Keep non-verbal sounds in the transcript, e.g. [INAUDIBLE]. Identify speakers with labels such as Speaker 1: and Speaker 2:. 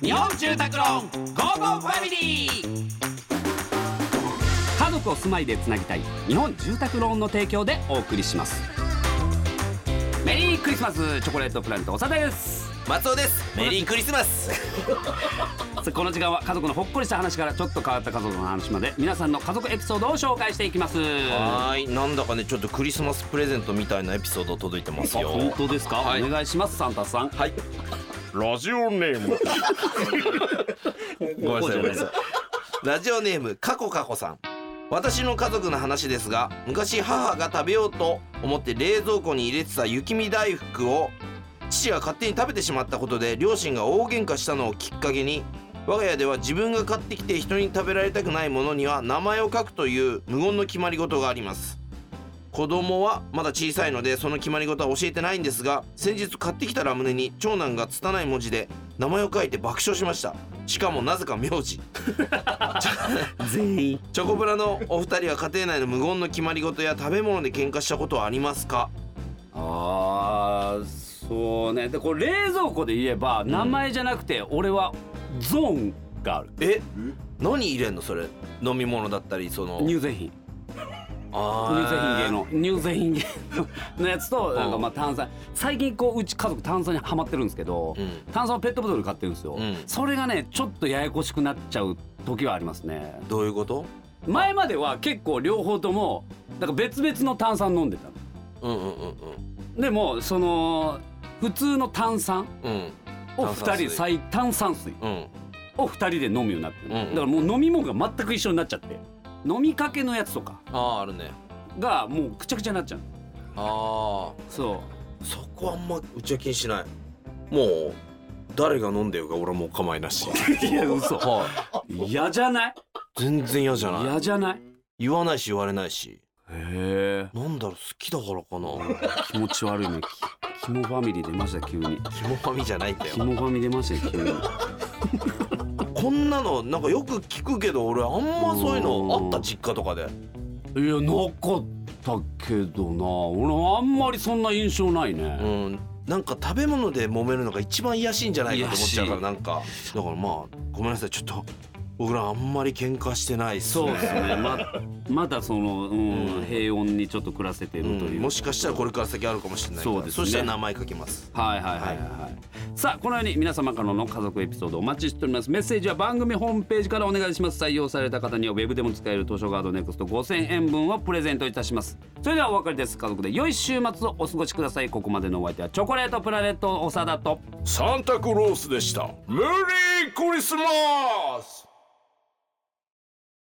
Speaker 1: 日本住宅ローンゴーゴーファミリー家族を住まいでつなぎたい日本住宅ローンの提供でお送りしますメリークリスマスチョコレートプラネット長田です
Speaker 2: 松尾ですメリークリスマス
Speaker 1: さあこの時間は家族のほっこりした話からちょっと変わった家族の話まで皆さんの家族エピソードを紹介していきます
Speaker 2: はーいなんだかねちょっとクリスマスプレゼントみたいなエピソード届いてます
Speaker 1: あ
Speaker 2: よ
Speaker 1: 本当ですか、
Speaker 2: はい
Speaker 1: お願いしますサンタさん
Speaker 2: はいラジオネーム [LAUGHS] ごめんなさいごめんなさいラジオネームカコカコさん私の家族の話ですが昔母が食べようと思って冷蔵庫に入れてた雪見大福を父が勝手に食べてしまったことで両親が大喧嘩したのをきっかけに我が家では自分が買ってきて人に食べられたくないものには名前を書くという無言の決まり事があります子供はまだ小さいのでその決まり事は教えてないんですが先日買ってきたラムネに長男が拙い文字で名前を書いて爆笑しましたしかもなぜか名字 [LAUGHS]
Speaker 1: 全員
Speaker 2: チョコプラのお二人は家庭内の無言の決まり事や食べ物で喧嘩したことはありますか
Speaker 1: あーそうねでこれ冷蔵庫で言えば名前じゃなくて俺はゾーンがある、
Speaker 2: え何入れんのそれ飲み物だったりその
Speaker 1: 乳製品
Speaker 2: あ
Speaker 1: 乳製
Speaker 2: ー
Speaker 1: 品系の乳製品系ののやつとなんかまあ炭酸最近こううち家族炭酸にはまってるんですけど、
Speaker 2: うん
Speaker 1: 炭酸をペットボトルで買ってるんですよ、
Speaker 2: うん
Speaker 1: それがねちょっとややこしくなっちゃう時はありますね
Speaker 2: どういうこと
Speaker 1: 前までは結構両方ともなんか別々の炭酸飲んでたの
Speaker 2: うんうんうん
Speaker 1: でもその普通の炭酸
Speaker 2: うんうん
Speaker 1: を2人再炭酸水
Speaker 2: うん
Speaker 1: を2人で飲むようになってる、
Speaker 2: うんうん
Speaker 1: だからもう飲み物が全く一緒になっちゃって飲みかけのやつとか
Speaker 2: あああるね
Speaker 1: がもうくちゃくちゃになっちゃう
Speaker 2: あ
Speaker 1: そ
Speaker 2: あそこはあんまうちは気にしないもう誰が飲んでようが俺はもう [LAUGHS] 構いなし
Speaker 1: ういや嘘
Speaker 2: は
Speaker 1: 嫌じゃない
Speaker 2: い全然嫌じゃない
Speaker 1: 嫌じゃない
Speaker 2: 言わないし言われないし
Speaker 1: へえ
Speaker 2: なんだろう好きだからかな
Speaker 1: 気持ち悪いねきキモファミリー出ました急に
Speaker 2: キモファミじゃないんだよ
Speaker 1: キモファミ出ましたよ急に
Speaker 2: [LAUGHS] こんなのなんかよく聞くけど俺あんまそういうのあった実家とかで
Speaker 1: いやなかったけどな俺あんまりそんな印象ないね、
Speaker 2: うんなんか食べ物で揉めるのが一番癒やしいんじゃないかと思っちゃうからなんかだからまあごめんなさいちょっと僕らあんまり喧嘩してないっす
Speaker 1: そうです
Speaker 2: ね
Speaker 1: ねままだその、うん
Speaker 2: うん
Speaker 1: 平穏にちょっと暮らせてる
Speaker 2: う
Speaker 1: と
Speaker 2: ん
Speaker 1: いう、
Speaker 2: もしかしたらこれから先あるかもしれないから
Speaker 1: そうですね
Speaker 2: そしたら名前書きます
Speaker 1: はいはいはいはい、はい、さあこのように皆様からの家族エピソードお待ちしておりますメッセージは番組ホームページからお願いします採用された方にはウェブでも使える図書ガードネクスト5000円分をプレゼントいたしますそれではお別れです家族で良い週末をお過ごしくださいここまでのお相手はチョコレートプラネット長田と
Speaker 2: サンタクロースでしたメリークリスマス